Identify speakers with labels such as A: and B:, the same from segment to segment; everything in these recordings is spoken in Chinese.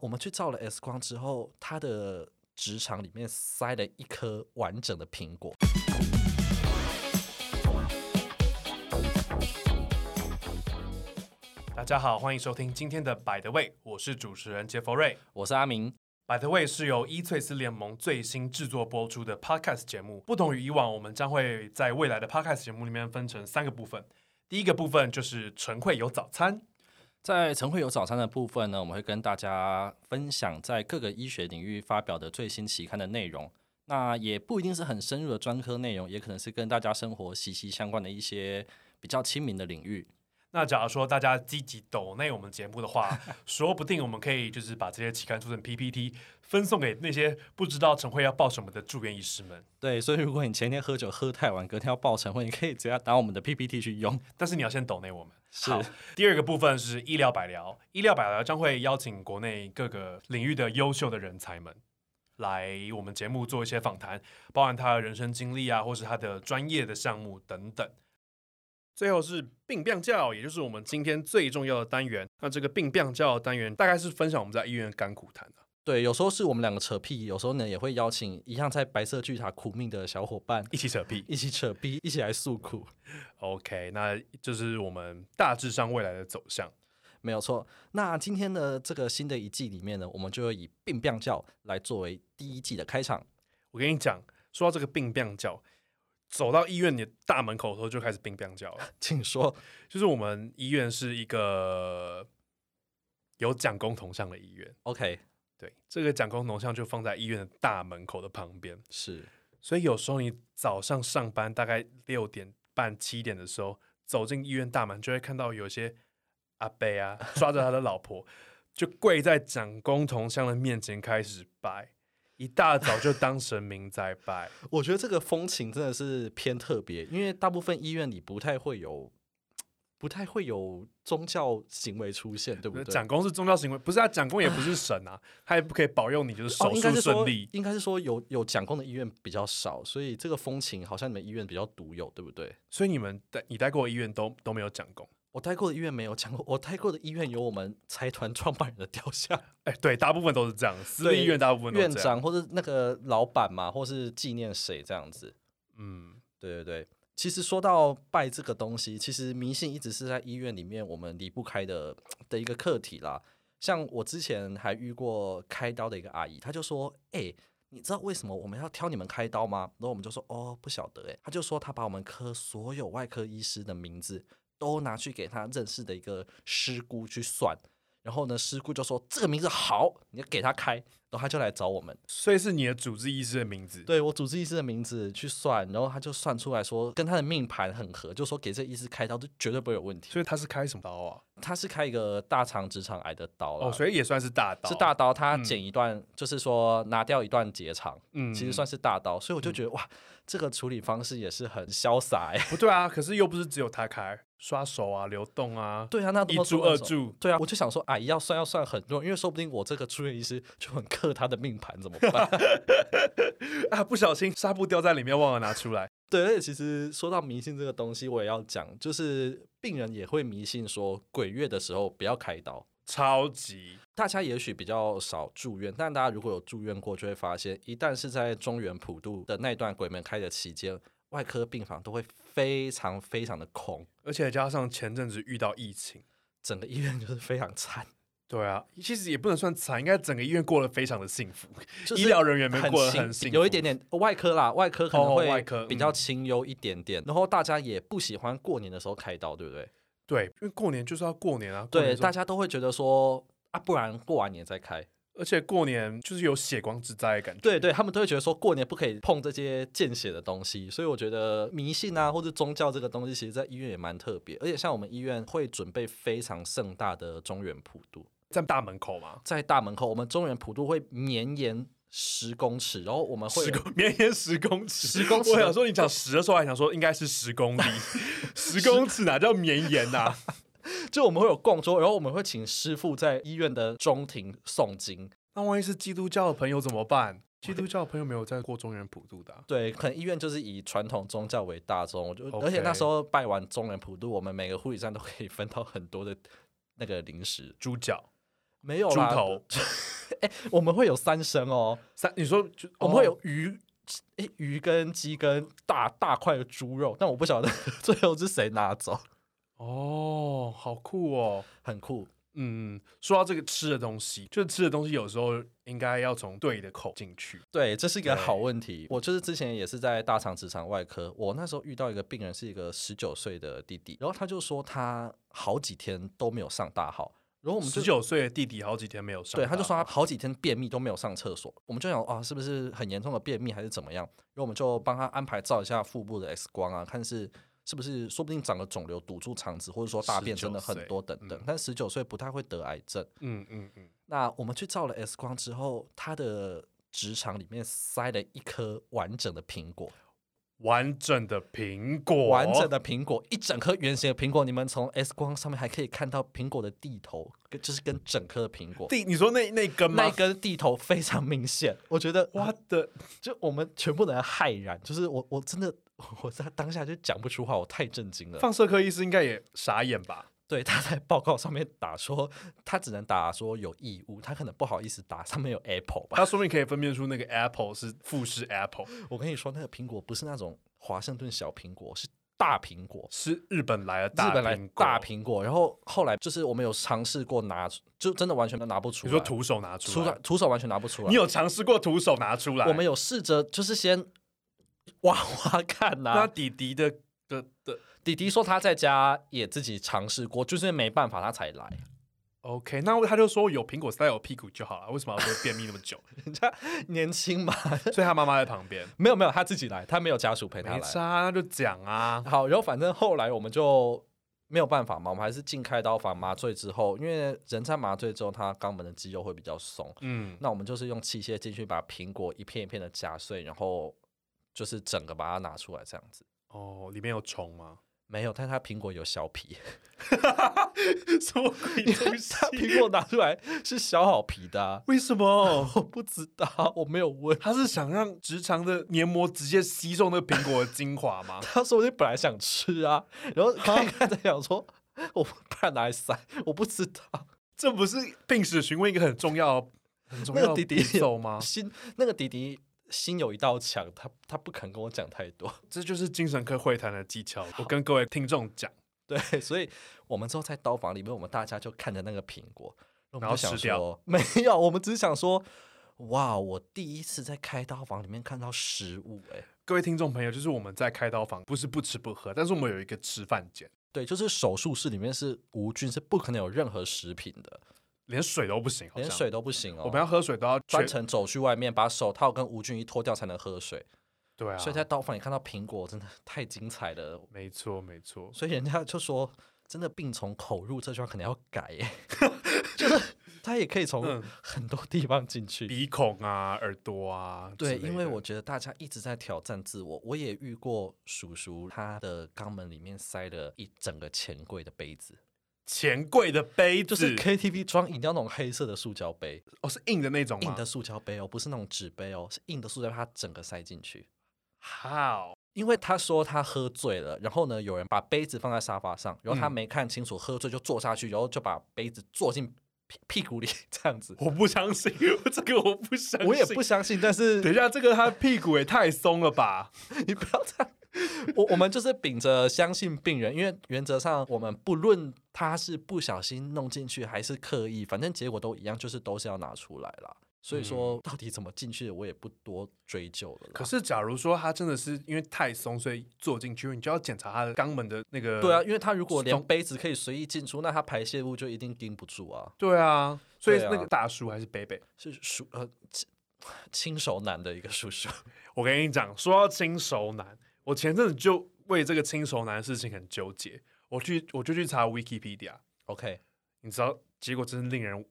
A: 我们去照了 X 光之后，他的直肠里面塞了一颗完整的苹果。
B: 大家好，欢迎收听今天的《By the Way》，我是主持人杰佛瑞。
A: 我是阿明，
B: 《By the Way》是由伊翠丝联盟最新制作播出的 Podcast 节目。不同于以往，我们将会在未来的 Podcast 节目里面分成三个部分。第一个部分就是晨会有早餐，
A: 在晨会有早餐的部分呢，我们会跟大家分享在各个医学领域发表的最新期刊的内容。那也不一定是很深入的专科内容，也可能是跟大家生活息息相关的一些比较亲民的领域。
B: 那假如说大家积极抖内我们节目的话，说不定我们可以就是把这些期刊做成 PPT，分送给那些不知道晨会要报什么的住院医师们。
A: 对，所以如果你前天喝酒喝太晚，隔天要报晨会，你可以直接拿我们的 PPT 去用。
B: 但是你要先抖内我们。
A: 是
B: 好第二个部分是医疗百聊，医疗百聊将会邀请国内各个领域的优秀的人才们来我们节目做一些访谈，包含他的人生经历啊，或是他的专业的项目等等。最后是病病教，也就是我们今天最重要的单元。那这个病病教的单元大概是分享我们在医院的甘苦谈啊，
A: 对，有时候是我们两个扯屁，有时候呢也会邀请一样在白色巨塔苦命的小伙伴
B: 一起扯屁。
A: 一起扯逼，一起来诉苦，
B: OK，那就是我们大致上未来的走向。
A: 没有错。那今天的这个新的一季里面呢，我们就会以病病教来作为第一季的开场。
B: 我跟你讲，说到这个病病教，走到医院你的大门口的时候就开始病病教了。
A: 请说，
B: 就是我们医院是一个有蒋公铜像的医院，
A: OK，
B: 对，这个蒋公铜像就放在医院的大门口的旁边，
A: 是
B: 所以有时候你早上上班大概六点半七点的时候走进医院大门，就会看到有些阿伯啊抓着他的老婆，就跪在蒋公铜像的面前开始拜，一大早就当神明在 拜。
A: 我觉得这个风情真的是偏特别，因为大部分医院里不太会有，不太会有宗教行为出现，对不对？
B: 蒋公是宗教行为，不是啊，蒋公也不是神啊，他也不可以保佑你就是
A: 哦
B: 手，
A: 应该
B: 术
A: 是
B: 顺
A: 说
B: 利。，
A: 应该是说有有讲功的医院比较少，所以这个风情好像你们医院比较独有，对不对？
B: 所以你们待你待过的医院都都没有讲功？
A: 我待过的医院没有讲过，我待过的医院有我们财团创办人的雕像，
B: 哎、对，大部分都是这样，私立
A: 对
B: 医院大部分都
A: 院
B: 是这样。
A: 长或者那个老板嘛，或是纪念谁这样子。
B: 嗯，
A: 对对对，其实说到拜这个东西，其实迷信一直是在医院里面我们离不开的的一个课题啦。像我之前还遇过开刀的一个阿姨，她就说：“哎、你知道为什么我们要挑你们开刀吗？”然后我们就说：“哦，不晓得。”哎，她就说她把我们科所有外科医师的名字都拿去给她认识的一个师姑去算。然后呢，师姑就说这个名字好，你就给她开，然后她就来找我们。
B: 所以是你的主治医师的名字。
A: 对我主治医师的名字去算，然后他就算出来说跟他的命盘很合，就说给这医师开刀就绝对不会有问题。
B: 所以他是开什么刀啊？
A: 他是开一个大肠直肠癌的刀啦
B: 哦，所以也算是大刀。
A: 是大刀，他剪一段，就是说拿掉一段结肠，
B: 嗯
A: 其实算是大刀，所以我就觉得、哇，这个处理方式也是很潇洒哎、
B: 不对啊，可是又不是只有他开，刷手啊、流动 啊，
A: 对啊，那
B: 一
A: 么
B: 注
A: 多
B: 二
A: 种。
B: 注。
A: 对啊，我就想说，阿姨要算要算很多，因为说不定我这个住院医师就很克他的命盘，怎么办？
B: 啊，不小心纱布掉在里面，忘了拿出来。
A: 对，而且其实说到迷信这个东西，我也要讲，就是病人也会迷信说鬼月的时候不要开刀。
B: 超级
A: 大家也许比较少住院，但大家如果有住院过，就会发现，一旦是在中原普渡的那段鬼门开的期间，外科病房都会非常非常的空，
B: 而且加上前阵子遇到疫情，
A: 整个医院就是非常惨，
B: 对啊，其实也不能算惨，应该整个医院过得非常的幸福，
A: 就是
B: 医疗人员们过得很幸
A: 辛
B: 福，
A: 有一点点外科啦，外科可能
B: 哦
A: 会
B: 外科
A: 比较清幽一点点，然后大家也不喜欢过年的时候开刀，对不对？
B: 对，因为过年就是要过年啊，过
A: 对，
B: 年的时候
A: 大家都会觉得说啊，不然过完年再开。
B: 而且过年就是有血光之灾的感觉。
A: 对对，他们都会觉得说过年不可以碰这些见血的东西，所以我觉得迷信啊或者宗教这个东西，其实在医院也蛮特别。而且像我们医院会准备非常盛大的中原普渡，
B: 在大门口嘛，
A: 在大门口，我们中原普渡会绵延十公尺，然后我们会啊
B: 十公绵延十公尺，
A: 十公尺
B: 我想说你讲十的时候，还想说应该是十 公里，十公尺哪叫绵延呐、
A: 就我们会有供桌，然后我们会请师傅在医院的中庭诵经。
B: 那万一是基督教的朋友怎么办？基督教的朋友没有在过中原普渡的啊、
A: 对，可能医院就是以传统宗教为大宗，我就
B: OK
A: 而且那时候拜完中原普渡，我们每个护理站都可以分到很多的那个零食。
B: 猪脚
A: 没有
B: 猪
A: 哦啦
B: 头，
A: 哎、我们会有三声哦，
B: 三，你说就
A: 我们会
B: 哦
A: 有鱼。诶鱼跟鸡跟大大块的猪肉，但我不晓得 最后是谁拿走，
B: 哦，好酷哦。
A: 很酷。
B: 嗯，说到这个吃的东西，就是吃的东西有时候应该要从对的口进去。
A: 对，这是一个
B: 对
A: 好问题。我就是之前也是在大肠直肠外科，我那时候遇到一个病人是一个十九岁的弟弟，然后他就说他好几天都没有上大号，然后我们就
B: 十九岁的弟弟好几天没有上大
A: 对，
B: 号，
A: 他就说他好几天便秘都没有上厕所，我们就想啊，是不是很严重的便秘还是怎么样？然后我们就帮他安排照一下腹部的 X 光啊，看是是不是说不定长了肿瘤堵住肠子，或者说大便真的很多等等
B: 19岁嗯。
A: 但十九岁不太会得癌症。
B: 嗯嗯嗯，
A: 那我们去照了 X 光之后，他的直肠里面塞了一颗完整的苹果，
B: 完整的苹果，
A: 完整的苹果，一整颗圆形的苹果。你们从 X 光上面还可以看到苹果的地头，跟就是跟整颗的苹果。
B: 地，你说那那根吗
A: 那一根地头非常明显，我觉得啊
B: 我的
A: 就我们全部人骇然，就是我我真的 我在当下就讲不出话，我太震惊了。
B: 放射科医师应该也傻眼吧？
A: 对，他在报告上面打说，他只能打说有异物，他可能不好意思打上面有 apple 吧。
B: 他说不定可以分辨出那个 apple 是富士 apple，
A: 我跟你说，那个苹果不是那种华盛顿小苹果，是大苹果。
B: 是日本来的大
A: 日本来
B: 苹果
A: 大，苹果，然后后来就是我们有尝试过拿，就真的完全都拿不出
B: 你
A: 来。
B: 说徒手拿
A: 出
B: 出
A: 来
B: 来，
A: 徒手完全拿不出来。
B: 你有尝试过徒手拿出来？
A: 我们有试着就是先挖 挖看啊呐、
B: 那弟弟的的的
A: 弟弟说他在家也自己尝试过，就是因为没办法他才来。
B: OK，那他就说有苹果塞我屁股就好了，为什么要说便秘那么 久？
A: 人家年轻嘛，
B: 所以他妈妈在旁边，
A: 没有没有，他自己来，他没有家属陪他
B: 没
A: 来。
B: 差，那就讲 啊。
A: 好，然后反正后来我们就没有办法嘛，我们还是进开刀房麻醉之后，因为人在麻醉之后，他肛门的肌肉会比较松，
B: 嗯，
A: 那我们就是用器械进去把苹果一片一片的夹碎，然后就是整个把它拿出来这样子。
B: 哦，里面有虫吗？
A: 没有，但是它苹果有小皮，
B: 什么鬼东 西？
A: 它苹果拿出来是削好皮的啊、
B: 为什么？
A: 我不知道，我没有问。？
B: 他是想让直肠的黏膜直接吸收那苹果的精华吗
A: 他说你本来想吃啊，然后看一看在想说，我不然拿来塞，我不知道。
B: 这不是病史询问一个很重要、很重
A: 那个
B: 要的
A: 弟弟
B: 步骤 吗？
A: 心那个弟弟心有一道墙，他他不肯跟我讲太多。
B: 这就是精神科会谈的技巧。我跟各位听众讲，
A: 对，所以我们之后在刀房里面，我们大家就看着那个苹果，我们
B: 然后
A: 就想
B: 吃掉
A: 说。没有，我们只是想说，哇，我第一次在开刀房里面看到食物、欸，哎，
B: 各位听众朋友，就是我们在开刀房，不是不吃不喝，但是我们有一个吃饭间，
A: 对，就是手术室里面是无菌，是不可能有任何食品的，
B: 连水都不行，好像
A: 连水都不行哦。
B: 我们要喝水都要
A: 专
B: 全
A: 程走去外面，把手套跟无菌衣脱掉才能喝水。
B: 对啊，
A: 所以在刀房里看到苹果，真的太精彩了。
B: 没错没错，
A: 所以人家就说，真的病从口入这句话可能要改耶， 就是他也可以从
B: 嗯
A: 很多地方进去。
B: 鼻孔啊、耳朵啊之
A: 对，
B: 类的，
A: 因为我觉得大家一直在挑战自我，我也遇过叔叔，他的肛门里面塞了一整个钱柜的杯子，
B: 钱柜的杯子
A: 就是 KTV 装饮料那种黑色的塑胶杯，
B: 哦是硬的那种吗？
A: 硬的塑胶杯哦，不是那种纸杯哦，是硬的塑胶杯，他整个塞进去。
B: 好，
A: 因为他说他喝醉了，然后呢，有人把杯子放在沙发上，然后他
B: 嗯
A: 没看清楚，喝醉就坐下去，然后就把杯子坐进屁屁股里， 这样子。
B: 我不相信， 这个我不相信，
A: 我也不。相信，但是
B: 等一下，这个他屁股也太松了吧？
A: 你不要这样。我我们就是秉着相信病人，因为原则上我们不论他是不小心弄进去还是刻意，反正结果都一样，就是都是要拿出来啦。所以说，到底怎么进去的，我也不多追究了啦。
B: 可是，假如说他真的是因为太松，所以坐进去，你就要检查他的肛门的那个。
A: 对啊，，因为他如果连
B: 松
A: 杯子可以随意进出，那他排泄物就一定盯不住啊。
B: 对啊，所以
A: 对啊
B: 那个大叔还是北北。
A: 是叔呃亲亲手男的一个叔叔，
B: 我跟你讲，说到轻熟男，我前阵子就为这个轻熟男的事情很纠结，我去我就去查 Wikipedia，
A: OK，
B: 你知道，结果真是令人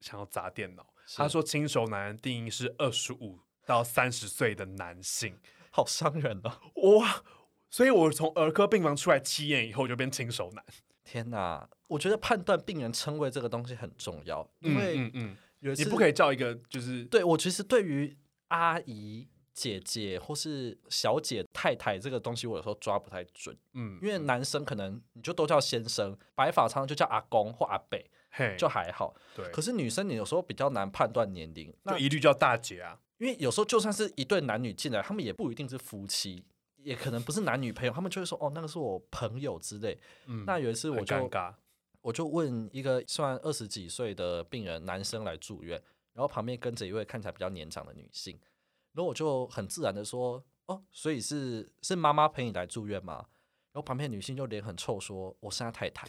B: 想要砸电脑。
A: 是
B: 他说，轻熟男的定义是二十五到三十岁的男性。
A: 好伤人哦！
B: 哇！所以我从儿科病房出来七年以后，就变轻熟男。
A: 天哪，我觉得判断病人称谓这个东西很重要，因
B: 嗯嗯
A: 为
B: 嗯，
A: 有一次
B: 你不可以叫一个就是
A: 对我其实对于阿姨、姐姐或是小姐、太太这个东西，我有时候抓不太准，
B: 嗯
A: 因为男生可能你就都叫先生，白发苍苍就叫阿公或阿伯，
B: 嘿，
A: 就还好。
B: 对，
A: 可是女生你有时候比较难判断年龄，那
B: 就一律叫大姐啊。
A: 因为有时候就算是一对男女进来，他们也不一定是夫妻，也可能不是男女朋友，他们就会说哦，那个是我朋友之类。
B: 嗯，
A: 那有一次
B: 很
A: 我
B: 尴
A: 就
B: 尬，
A: 我就问一个算二十几岁的病人男生来住院，然后旁边跟着一位看起来比较年长的女性，然后我就很自然的说哦，所以是是妈妈陪你来住院吗？然后旁边的女性就脸很臭说，我是她太太。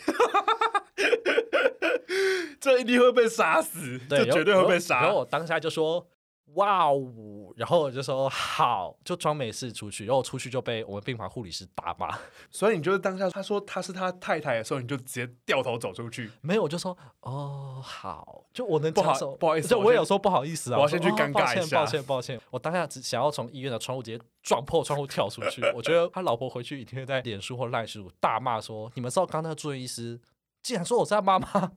B: 这一定会被杀死，
A: 对，然
B: 这
A: 后
B: 绝对
A: 然
B: 会
A: 后
B: 被杀。
A: 然后我当下就说哇哦，然后我就说好，就装没事出去。然后我出去就被我们病房护理师打骂，
B: 所以你就是当下他说他是他太太的时候，你就直接掉头走出去。
A: 没有，我就说哦好，就我能
B: 不好
A: 接受
B: 不好意思
A: 就
B: 我
A: 我
B: 先
A: 有说不好意思啊，
B: 我要
A: 说
B: 先去
A: 哦
B: 尴
A: 抱
B: 尬一
A: 歉
B: 下
A: 抱歉抱歉，我当下只想要从医院的窗户直接撞破窗户跳出去。我觉得他老婆回去一定会在脸书或赖书大骂说，你们知道刚刚那个住院医师。竟然说我是他妈妈，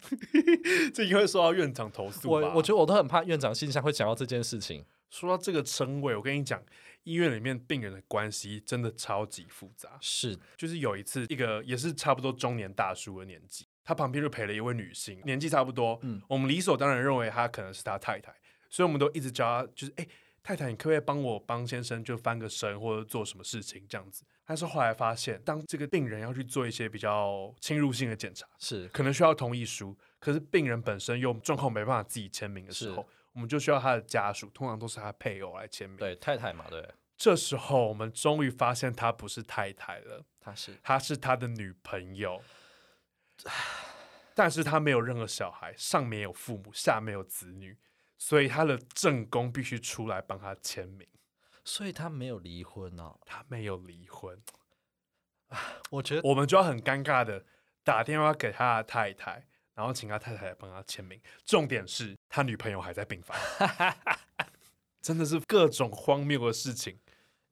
B: 这应该会受到院长投诉
A: 我
B: 吧
A: 我觉得我都很怕院长信箱会讲到这件事情。
B: 说到这个称谓，我跟你讲，医院里面病人的关系真的超级复杂。
A: 是
B: 就是有一次，一个也是差不多中年大叔的年纪，他旁边就陪了一位女性，年纪差不多。
A: 嗯
B: 我们理所当然认为她可能是他太太，所以我们都一直叫她，就是哎、太太，你可不可以帮我帮先生就翻个身或者做什么事情这样子？但是后来发现，当这个病人要去做一些比较侵入性的检查，
A: 是，
B: 可能需要同意书，可是病人本身又状况没办法自己签名的时
A: 是
B: 候，我们就需要他的家属，通常都是他配偶来签名。，
A: 对太太嘛，对，
B: 这时候我们终于发现她不是太太了，
A: 他是
B: 她是他的女朋友，但是她没有任何小孩，上面有父母，下面有子女，所以她的正宫必须出来帮她签名。
A: 所以他没有离婚哦。
B: 她没有离婚，
A: 我觉得
B: 我们就要很尴尬的打电话给她的太太。然后请她太太来帮她签名，重点是她女朋友还在 病房，真的是各种荒谬的事情。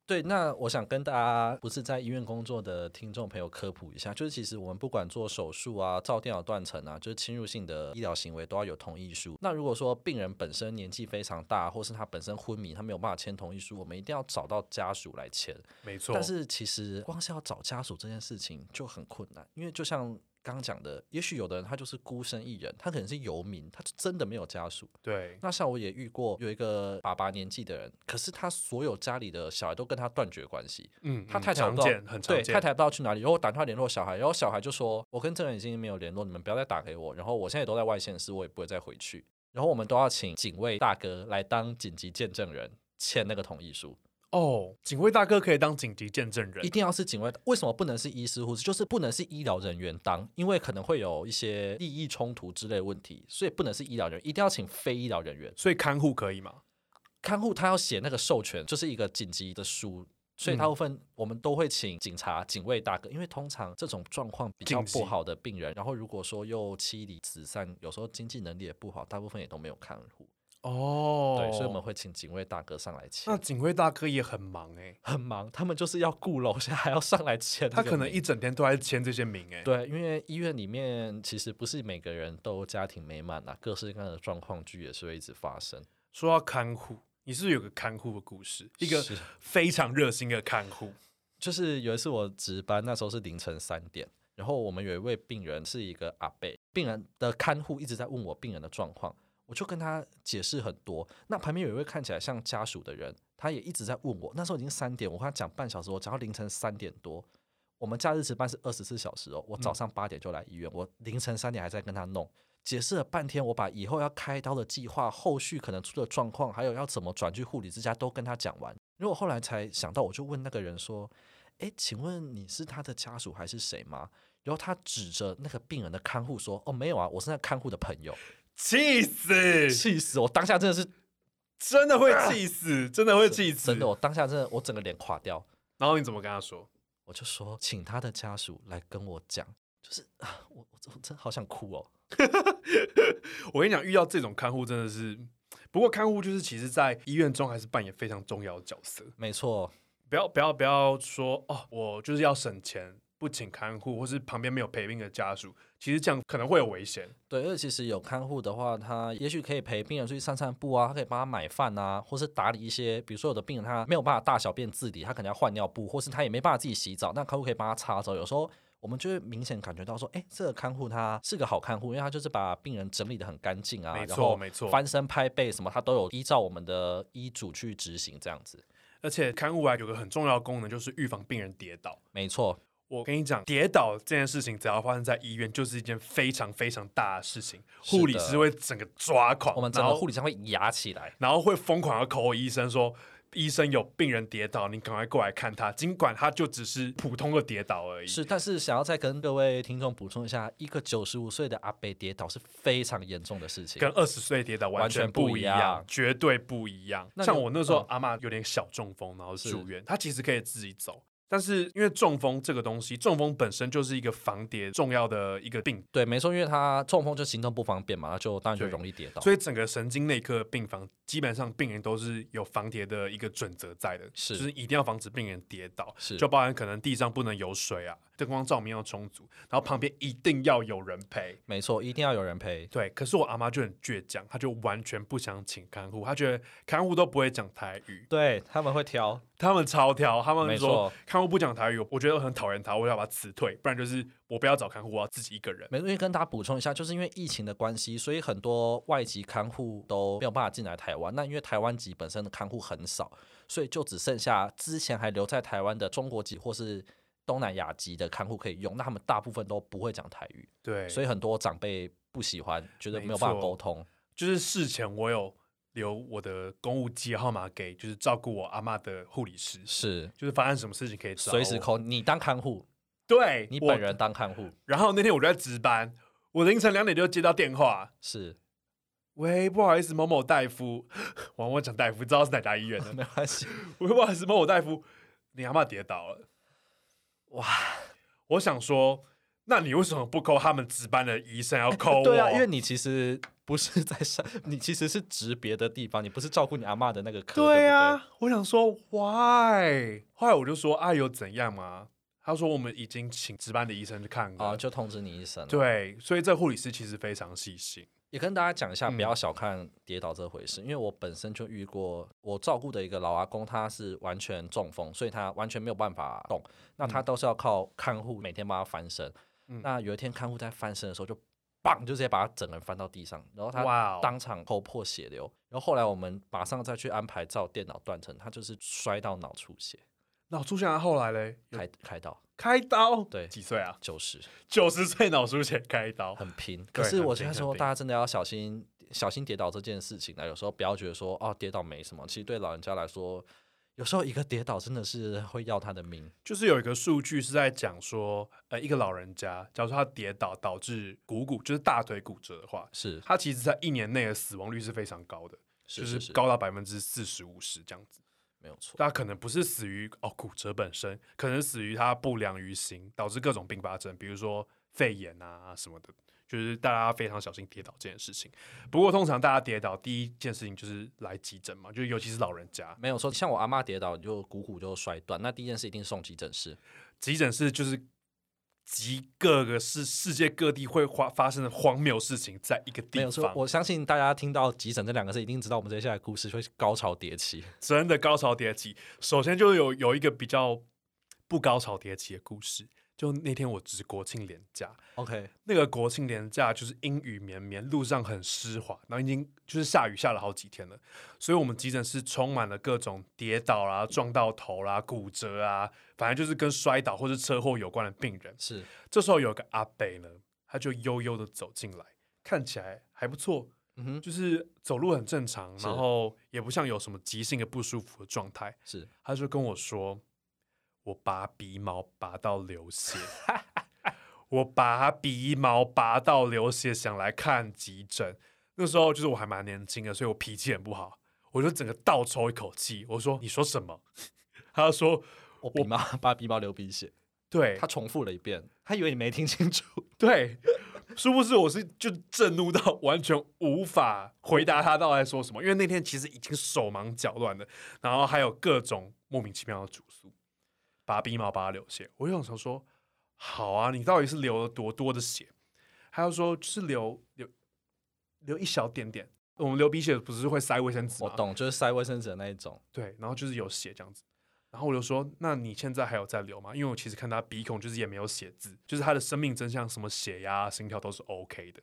A: 对。那我想跟大家不是在医院工作的听众朋友科普一下，就是其实我们不管做手术啊、照电脑断层啊，就是侵入性的医疗行为都要有同意书。那如果说病人本身年纪非常大，或是他本身昏迷，他没有办法签同意书，我们一定要找到家属来签。
B: 没错，
A: 但是其实光是要找家属这件事情就很困难，因为就像刚刚讲的，也许有的人他就是孤身一人，他可能是游民，他就真的没有家属。
B: 对，
A: 那像我也遇过有一个爸爸年纪的人，可是他所有家里的小孩都跟他断绝关系，
B: 嗯，
A: 他
B: 嗯
A: 太太也
B: 常
A: 不知道
B: 见，很常
A: 对
B: 见。
A: 太太不知道去哪里，然后我打电话联络小孩，然后小孩就说：“我跟这个人已经没有联络，你们不要再打给我。”然后我现在也都在外县市，我也不会再回去。然后我们都要请警卫大哥来当紧急见证人，签那个同意书，
B: 哦，警卫大哥可以当紧急见证人
A: 一，定要是警卫。为什么不能是医师护士？就是不能是医疗人员当，因为可能会有一些利益冲突之类的问题，所以不能是医疗人员，一定要请非医疗人员。
B: 所以看护可以吗？
A: 看护他要写那个授权，就是一个紧急的书，所以
B: 嗯
A: 大部分我们都会请警察、警卫大哥，因为通常这种状况比较
B: 紧急
A: 不好的病人，然后如果说又妻离子散，有时候经济能力也不好，大部分也都没有看护，
B: 哦
A: 对，所以我们会请警卫大哥上来
B: 那
A: 签。
B: 警卫大哥也很忙哎、
A: 很忙，他们就是要顾楼下，还要上来签这
B: 他
A: 个名。
B: 可能一整天都在签这些名哎、
A: 对，因为医院里面其实不是每个人都家庭美满啊，各式各样的状况剧也是会一直发生。
B: 说到看护，你是不是有个看护的故事？一个
A: 是
B: 非常热心的看护，
A: 就是有一次我值班，那时候是凌晨三点，然后我们有一位病人是一个阿伯，病人的看护一直在问我病人的状况，我就跟他解释很多。那旁边有一位看起来像家属的人，他也一直在问我。那时候已经三点，我跟他讲半小时，我讲到凌晨三点多。我们假日值班是二十四小时哦，我早上八点就来医院，我凌晨三点还在跟他弄。解释了半天，我把以后要开刀的计划、后续可能出的状况，还有要怎么转去护理之家都跟他讲完。因为我后来才想到，我就问那个人说：“诶，请问你是他的家属还是谁吗？”然后他指着那个病人的看护说：“哦，没有啊，我是那看护的朋友。
B: 气”死，
A: 气死我！当下真的是
B: 真的会气死，真的会气死。
A: 真的，我当下真的我整个脸垮掉。
B: 然后你怎么跟他说？
A: 我就说，请他的家属来跟我讲，就是啊，我我我真好想哭哦。
B: 我跟你讲，遇到这种看护真的是，不过看护就是其实在医院中还是扮演非常重要的角色。
A: 没错，
B: 不要不要不要说哦，我就是要省钱，不请看护，或是旁边没有陪病的家属，其实这样可能会有危险。
A: 对，而且其实有看护的话，他也许可以陪病人出去散散步啊，他可以帮他买饭啊，或是打理一些，比如说有的病人他没有办法大小便自理，他可能要换尿布，或是他也没办法自己洗澡，那看护可以帮他擦澡。有时候我们就会明显感觉到说，哎、这个看护他是个好看护，因为他就是把病人整理的很干净啊，
B: 没
A: 然
B: 错
A: 后
B: 没错
A: 翻身拍背什么，他都有依照我们的医嘱去执行这样子。
B: 而且看护啊有个很重要的功能就是预防病人跌倒。
A: 没错，
B: 我跟你讲，跌倒这件事情，只要发生在医院，就是一件非常非常大的事情。
A: 是的
B: 护理师会整个抓狂，
A: 我们整个
B: 然后
A: 护理上会压起来。
B: 然后会疯狂的 call 医生说，医生有病人跌倒，你赶快过来看他。尽管他就只是普通的跌倒而已，
A: 是，但是想要再跟各位听众补充一下，一个九十五岁的阿伯跌倒是非常严重的事情。
B: 跟二十岁跌倒完
A: 完全
B: 不
A: 不
B: 一
A: 一
B: 样，
A: 样
B: 绝对不一样。
A: 那你嗯
B: 像我那时候、阿妈有点小中风，然后住院，她其实可以自己走。但是因为中风这个东西，中风本身就是一个防跌重要的一个病
A: 对，没错，因为他中风就行动不方便嘛，那就当然就
B: 对
A: 容易跌倒。
B: 所以整个神经内科病房基本上病人都是有防跌的一个准则在的，
A: 是
B: 就是一定要防止病人跌倒，
A: 是
B: 就包含可能地上不能有水啊，灯光照明要充足，然后旁边一定要有人陪。
A: 没错，一定要有人陪。
B: 对，可是我阿妈就很倔强，她就完全不想请看护，她觉得看护都不会讲台语，
A: 对他们会挑，
B: 他们超挑，他们
A: 没
B: 说
A: 错
B: 看护不讲台语，我觉得很讨厌他，我要把他辞退，不然就是我不要找看护，我要自己一个人。
A: 没错因为跟大家补充一下，就是因为疫情的关系，所以很多外籍看护都没有办法进来台湾。那因为台湾籍本身的看护很少，所以就只剩下之前还留在台湾的中国籍或是东南亚籍的看护可以用。那他们大部分都不会讲台语，
B: 对，
A: 所以很多长辈不喜欢，觉得
B: 没
A: 没有办法
B: 错
A: 沟通。
B: 就是事前我有留我的公务机号码给就是照顾我阿妈的护理师，
A: 是，
B: 就是发生什么事情可以找
A: 随时
B: 我。
A: 扣。你当看护，
B: 对，
A: 你
B: 我
A: 本人。当看护，
B: 然后那天我就在值班，我凌晨两点就接到电话，
A: 是
B: 喂，不好意思，某某大夫， 我我讲大夫，知道是哪家医院的？
A: 没关 系。
B: 喂，不好意思，某某大夫，你阿妈跌倒了。
A: 哇，
B: 我想说，那你为什么不扣他们值班的医生，要扣我？
A: 对啊，因为你其实不是在上，你其实是值别的地方，你不是照顾你阿嬷的那个科。
B: 对
A: 呀、
B: 啊，我想说 why？后来我就说啊，有怎样吗？他说我们已经请值班的医生去看了。
A: 啊、就通知你一声。，
B: 对，所以这护理师其实非常细心。
A: 也跟大家讲一下，
B: 嗯
A: 不要小看跌倒这回事，因为我本身就遇过，我照顾的一个老阿公，他是完全中风，所以他完全没有办法动，那他都是要靠看护每天帮他翻身。
B: 嗯
A: 那有一天看护在翻身的时候就。棒，就直接把他整个人翻到地上，然后他
B: 哇哦
A: 当场头破血流。然后后来我们马上再去安排照电脑断层，他就是摔到脑出血，
B: 脑出血啊后来嘞，有
A: 开开刀。
B: 开刀，
A: 对
B: 几岁啊？
A: 就是
B: 九十岁脑出血开刀，
A: 很拼。可
B: 很
A: 是我
B: 拼
A: 觉得
B: 很
A: 说，
B: 拼
A: 大家真的要小心小心跌倒这件事情呢。啊有时候不要觉得说哦，跌倒没什么，其实对老人家来说，有时候一个跌倒真的是会要他的命。
B: 就是有一个数据是在讲说，呃，一个老人家，假如说他跌倒导致股骨就是大腿骨折的话，
A: 是
B: 他其实在一年内的死亡率是非常高的，
A: 是
B: 就是是
A: 是，
B: 高达百分之四十五十这样子。
A: 没有错。
B: 他可能不是死于哦骨折本身，可能死于他不良于行，导致各种并发症，比如说肺炎啊什么的。就是大家非常小心跌倒这件事情。不过通常大家跌倒第一件事情就是来急诊嘛，就尤其是老人家，
A: 没有错，像我阿妈跌倒，就股骨就摔断，那第一件事一定送急诊室。
B: 急诊室就是集各个世世界各地会发发生的荒谬事情在一个
A: 没
B: 地
A: 有错，
B: 方，
A: 我相信大家听到急诊这两个字，一定知道我们接下来的故事会高潮迭起。
B: 真的高潮迭起。首先就有有一个比较不高潮迭起的故事，就那天我值国庆连假，
A: OK，
B: 那个国庆连假就是阴雨绵绵，路上很湿滑，然后已经就是下雨下了好几天了，所以我们急诊室充满了各种跌倒啦、撞到头啦、骨折啊，反正就是跟摔倒或是车祸有关的病人。
A: 是
B: 这时候有个阿北呢，他就悠悠的走进来，看起来还不错，
A: 嗯哼
B: 就是走路很正常，
A: 是
B: 然后也不像有什么急性的不舒服的状态。
A: 是，
B: 他就跟我说，我拔鼻毛拔到流血，我拔鼻毛拔到流血，想来看急诊。那时候就是我还蛮年轻的，所以我脾气很不好，我就整个倒抽一口气，我说你说什么？ 他就说
A: 我鼻毛把鼻毛流鼻血，
B: 对
A: 他，重复了一遍，他以为你没听清 楚。
B: 对，殊不知我是就震怒到完全无法回答他到底在说什么，因为那天其实已经手忙脚乱的，然后还有各种莫名其妙的主诉，拔鼻毛、拔流血，我就想说，好啊，你到底是流了多多的血？他就说就是流流流一小点点，我们流鼻血不是会塞卫生纸
A: 我
B: 吗？
A: 懂，就是塞卫生纸的那一种。
B: 对，然后就是有血这样子。然后我就说：“那你现在还有在流吗？”因为我其实看他鼻孔就是也没有写字，就是他的生命真相，什么血压、心跳都是 OK 的。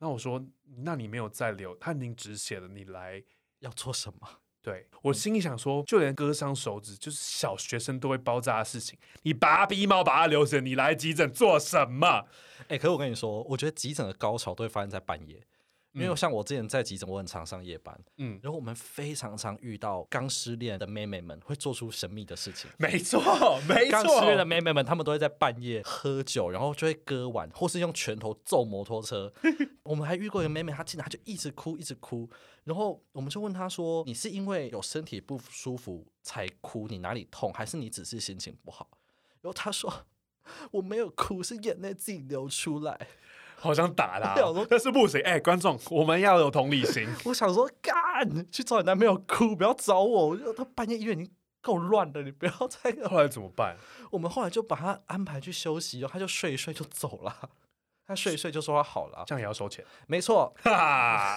B: 那我说：“那你没有在流，他已经止血了，你来。
A: 要做什么？”
B: 对我心里想说，就连割伤手指，就是小学生都会包扎的事情，你拔鼻毛、拔流血，你来急诊做什么？
A: 哎、可是我跟你说，我觉得急诊的高潮都会发生在半夜，因为像我之前在急诊，我很常上夜班，
B: 嗯，
A: 然后我们非常常遇到刚失恋的妹妹们会做出神秘的事情。
B: 没错，没
A: 刚失恋的
B: 错，
A: 妹妹们，她们都会在半夜喝酒，然后就会割腕，或是用拳头揍摩托 车。我们还遇过一个妹妹，她进来她就一直哭，一直哭。然后我们就问她说：“你是因为有身体不舒服才哭？你哪里痛？还是你只是心情不好？”然后她说：“ 我没有哭，是眼泪自己流出来。”
B: 好想打他
A: 我想说，
B: 但是不行。哎、观众，我们要有同理心。
A: 我想说，干去找你男朋友哭，不要找我。我就他半夜医院已经够乱了，你不要再。
B: 后来怎么办？
A: 我们后来就把他安排去休息，然后他就睡一睡就走了。 他睡一睡就说他好了，
B: 这样也要收钱。
A: 没错，
B: 哈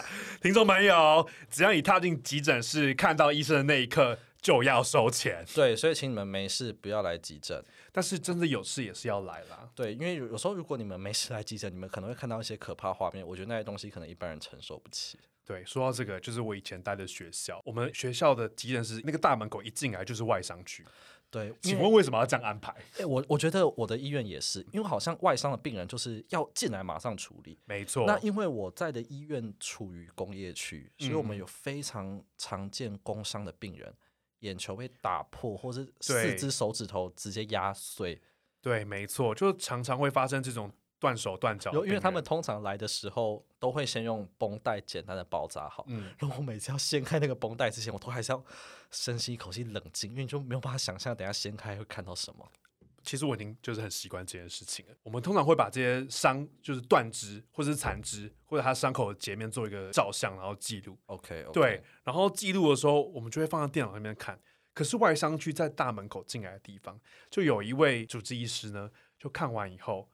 B: 哈， 听众朋友，只要你踏进急诊室看到医生的那一刻，就要收钱。
A: 对，所以请你们没事不要来急诊。
B: 但是真的有事也是要来啦。
A: 对，因为有有时候如果你们没事来急诊，你们可能会看到一些可怕画面，我觉得那些东西可能一般人承受不起。
B: 对，说到这个，就是我以前待的学校，我们学校的急诊室那个大门口一进来就是外伤区。
A: 对，因
B: 请
A: 为
B: 问为什么要这样安排？
A: 诶我我觉得我的医院也是，因为好像外伤的病人就是要进来马上处理，
B: 没错，
A: 那因为我在的医院处于工业区，所以我们
B: 嗯
A: 有非常常见工伤的病人，眼球被打破，或是
B: 对
A: 四只手指头直接压碎。
B: 对，没错，就常常会发生这种断手断脚
A: 然
B: 的哦病
A: 后
B: 人。
A: 因为他们通常来的时候都会先用绷带简单的包扎好。
B: 嗯，
A: 然后我每次要掀开那个绷带之前，我都还是要深吸一口气，冷静，因为你就没有办法想象等一下掀开会看到什么。
B: 其实我已经就是很习惯这件事情了。我们通常会把这些伤，就是断肢或者是残肢，或者他伤口的截面做一个照相，然后记录。
A: OK，, o
B: 对，，然后记录的时候，我们就会放在电脑那边看。可是外商区在大门口进来的地方，就有一位主治医师呢，就看完以后，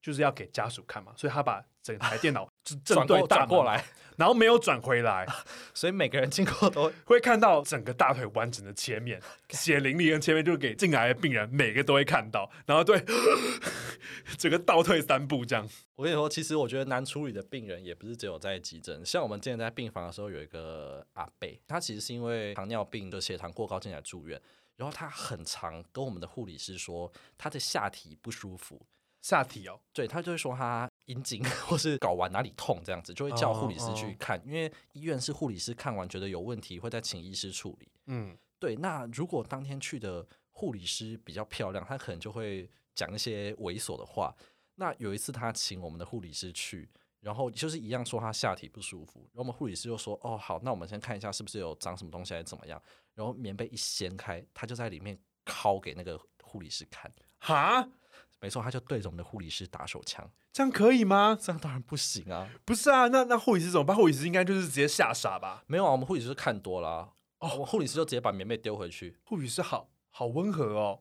B: 就是要给家属看嘛，所以他把整台电 脑就正
A: 转
B: 对
A: 过
B: 大
A: 转过
B: 门，
A: 来，
B: 然后没有转回来，
A: 所以每个人经过都会
B: 会看到整个大腿完整的 切面，血淋淋的切面，就给进来的病人每个都会看到，然后对 整个倒退三步这样。
A: 我跟你说，其实我觉得难处理的病人也不是只有在急诊，像我们之前在病房的时候，有一个阿贝，他其实是因为糖尿病的血糖过高进来住院，然后他很常跟我们的护理师说他的下体不舒服，
B: 下体哦，
A: 对他就会说他阴茎 或是睾丸哪里痛这样子，就会叫护理师去
B: 哦
A: 看，因为医院是护理师看完觉得有问题会再请医师处理。
B: 嗯，
A: 对，那如果当天去的护理师比较漂亮，她可能就会讲一些猥琐的话。那有一次，她请我们的护理师去，然后就是一样说她下体不舒服，然后我们护理师就说：“哦，好，那我们先看一下是不是有长什么东西还是怎么样。”然后棉被一掀开，她就在里面敲给那个护理师看。
B: 哈，
A: 没错，她就对着我们的护理师打手枪，
B: 这样可以吗？
A: 这样当然不行啊！
B: 不是啊，那那护理师怎么办？护理师应该就是直接吓傻吧？
A: 没有啊，我们护理师就看多了、啊，哦，我护理师就直接把棉被丢回去，
B: 护理师好好温和哦，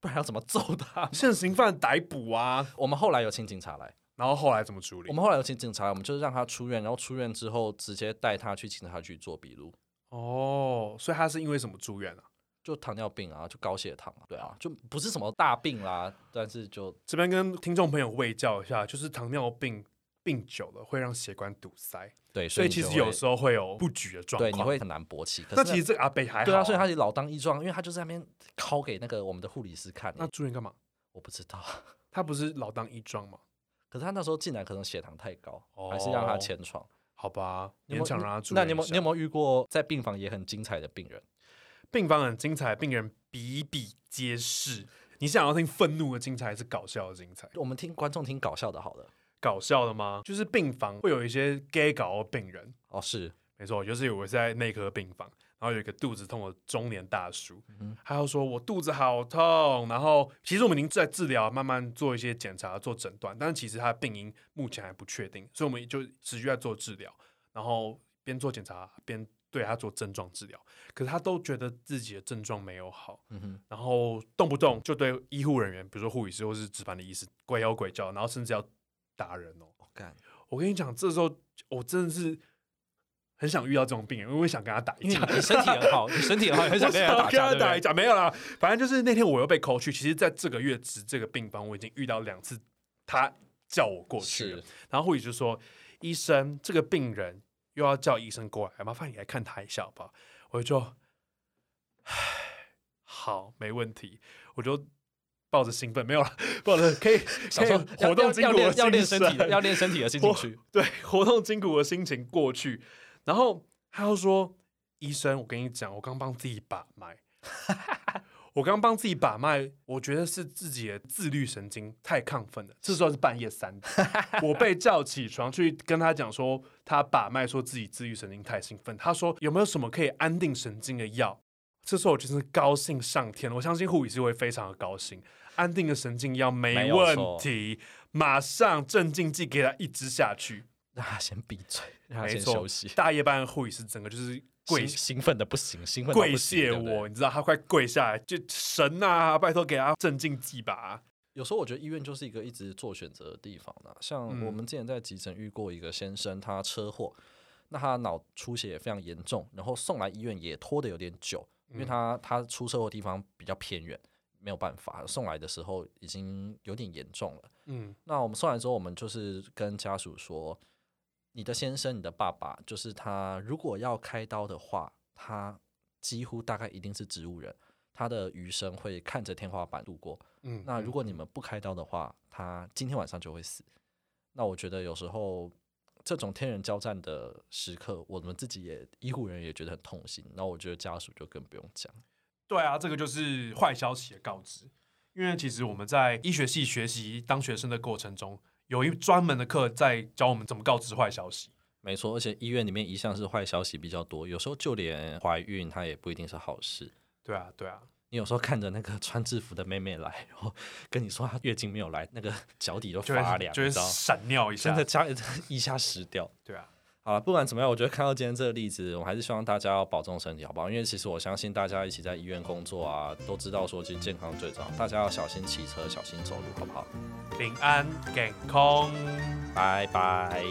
A: 不然要怎么揍他？
B: 现行犯逮捕啊，
A: 我们后来有请警察来。
B: 然后后来怎么处理
A: 我？们后来有请警察，我们就是让他出院，然后出院之后直接带他去警察局做笔录，
B: 哦，所以他是因为什么住院啊？
A: 就糖尿病啊，就高血糖啊，对啊，就不是什么大病啦，但是就
B: 这边跟听众朋友卫教一下，就是糖尿病病久了会让血管堵塞，
A: 对，所
B: 所
A: 以
B: 以其
A: 你
B: 实
A: 就会
B: 有时候会有不举的状
A: 对
B: 况。
A: 你会很难勃起。可
B: 那
A: 是
B: 其实这个阿北还好、
A: 对啊，所以他是老当益壮，因为他就在那边拷给那个我们的护理师看、哦
B: 那住院干嘛？
A: 我不知道，
B: 他不是老当益壮吗？
A: 可是他那时候进来可能血糖太高，
B: 哦
A: 还是让他迁床。
B: 好吧，
A: 你有没有
B: 勉强让他住
A: 那
B: 院
A: 你有没
B: 一下。
A: 有你有没有遇过在病房也很精彩的病人？
B: 病房很精彩，病人比比皆是。你想要听愤怒的精彩，还是搞笑的精彩？
A: 我们听观众听搞笑的好了。
B: 搞笑的吗？就是病房会有一些 gay 搞的病人，
A: 哦，是
B: 没错，就是有我在内科病房，然后有一个肚子痛的中年大叔，
A: 哼
B: 他又说我肚子好痛，然后其实我们已经在治疗，慢慢做一些检查、做诊断，但是其实他的病因目前还不确定，所以我们就持续在做治疗，然后边做检查边对他做症状治疗，可是他都觉得自己的症状没有好，
A: 嗯哼，
B: 然后动不动就对医护人员，比如说护理师或是值班的医师鬼吼鬼叫，然后甚至要打人哦。
A: 我干，
B: 我跟你讲，这时候我真的是很想遇到这种病人，因为我也想跟他打一
C: 因为
B: 架。
C: 你你身体很好，你身体很好，也很想
B: 我
C: 跟人家打
B: 跟
C: 架，
B: 他
C: 对不
B: 打
C: 对？
B: 一架，没有啦。反正就是那天我又被扣去。其实，在这个月值这个病房，我已经遇到两次，他叫我过去了
A: 是。
B: 然后护理就说：“医生，这个病人又要叫医生过来，麻烦你来看他一下好不好？”我就，唉，好，没问题。我就抱着兴奋，没有了，抱着可以
C: 想
B: 可以
C: 说要
B: 活动筋
C: 要要
B: 骨
C: 练要
B: 的
C: 练
B: 精
C: 身体的，
B: 神
C: 要练身体的心情
B: 我
C: 去。
B: 对，活动筋骨的心情过去。然后他又说：“医生，我跟你讲，我刚帮自己把脉， 我刚帮自己把脉，我觉得是自己的自律神经太亢奋了。这时候是半夜 三点，我被叫起床去跟他讲说，他把脉说自己自律神经太兴奋。他说有没有什么可以安定神经的药？”这时候我真是高兴上天了，我相信护理师会非常的高兴。安定的神经药
A: 没
B: 没
A: 有
B: 问
A: 错
B: 题，马上镇静剂给他一支下去，
A: 让他先闭嘴，让他
B: 没
A: 先
B: 错
A: 休息，。
B: 大夜班的护理师整个就是跪
A: 兴兴奋的不行，兴奋到
B: 跪
A: 不行
B: 谢。
A: 对不对
B: 我，你知道他快跪下来，就神啊，拜托给他镇静剂吧。
A: 有时候我觉得医院就是一个一直做选择的地方啦。像
B: 嗯
A: 我们之前在急诊遇过一个先生，他车祸，那他脑出血也非常严重，然后送来医院也拖得有点久，
C: 嗯
A: 因为他他出车祸的地方比较偏远，没有办法，送来的时候已经有点严重了。
B: 嗯，
A: 那我们送来之后，我们就是跟家属说，你的先生，你的爸爸，就是他如果要开刀的话，他几乎大概一定是植物人，他的余生会看着天花板度过。
B: 嗯
A: 那如
B: 嗯
A: 果你们不开刀的话，他今天晚上就会死。那我觉得有时候这种天人交战的时刻，我们自己也医护人员也觉得很痛心。那我觉得家属就更不用讲，
B: 对啊，这个就是坏消息的告知。因为其实我们在医学系学习当学生的过程中，有一专门的课在教我们怎么告知坏消息。
A: 没错。而且医院里面一向是坏消息比较多，有时候就连怀孕，它也不一定是好事。
B: 对啊，对啊，
A: 你有时候看着那个 穿制服的妹妹来，然后跟你说她月经没有来，那个脚底都
B: 就
A: 发
B: 会
A: 凉，
B: 就
A: 你
B: 会
A: 知道，
B: 闪尿一
A: 真
B: 下
A: 的。家 一下湿掉。
B: 对啊，
A: 好了，不管怎么样，我觉得看到今天这个例子，我还是希望大家要保重身体，好不好？因为其实我相信大家一起在医院工作啊，都知道说其实健康最重要，大家要小心骑车，小心走路，好不好？
B: 平安健康。
A: 拜拜。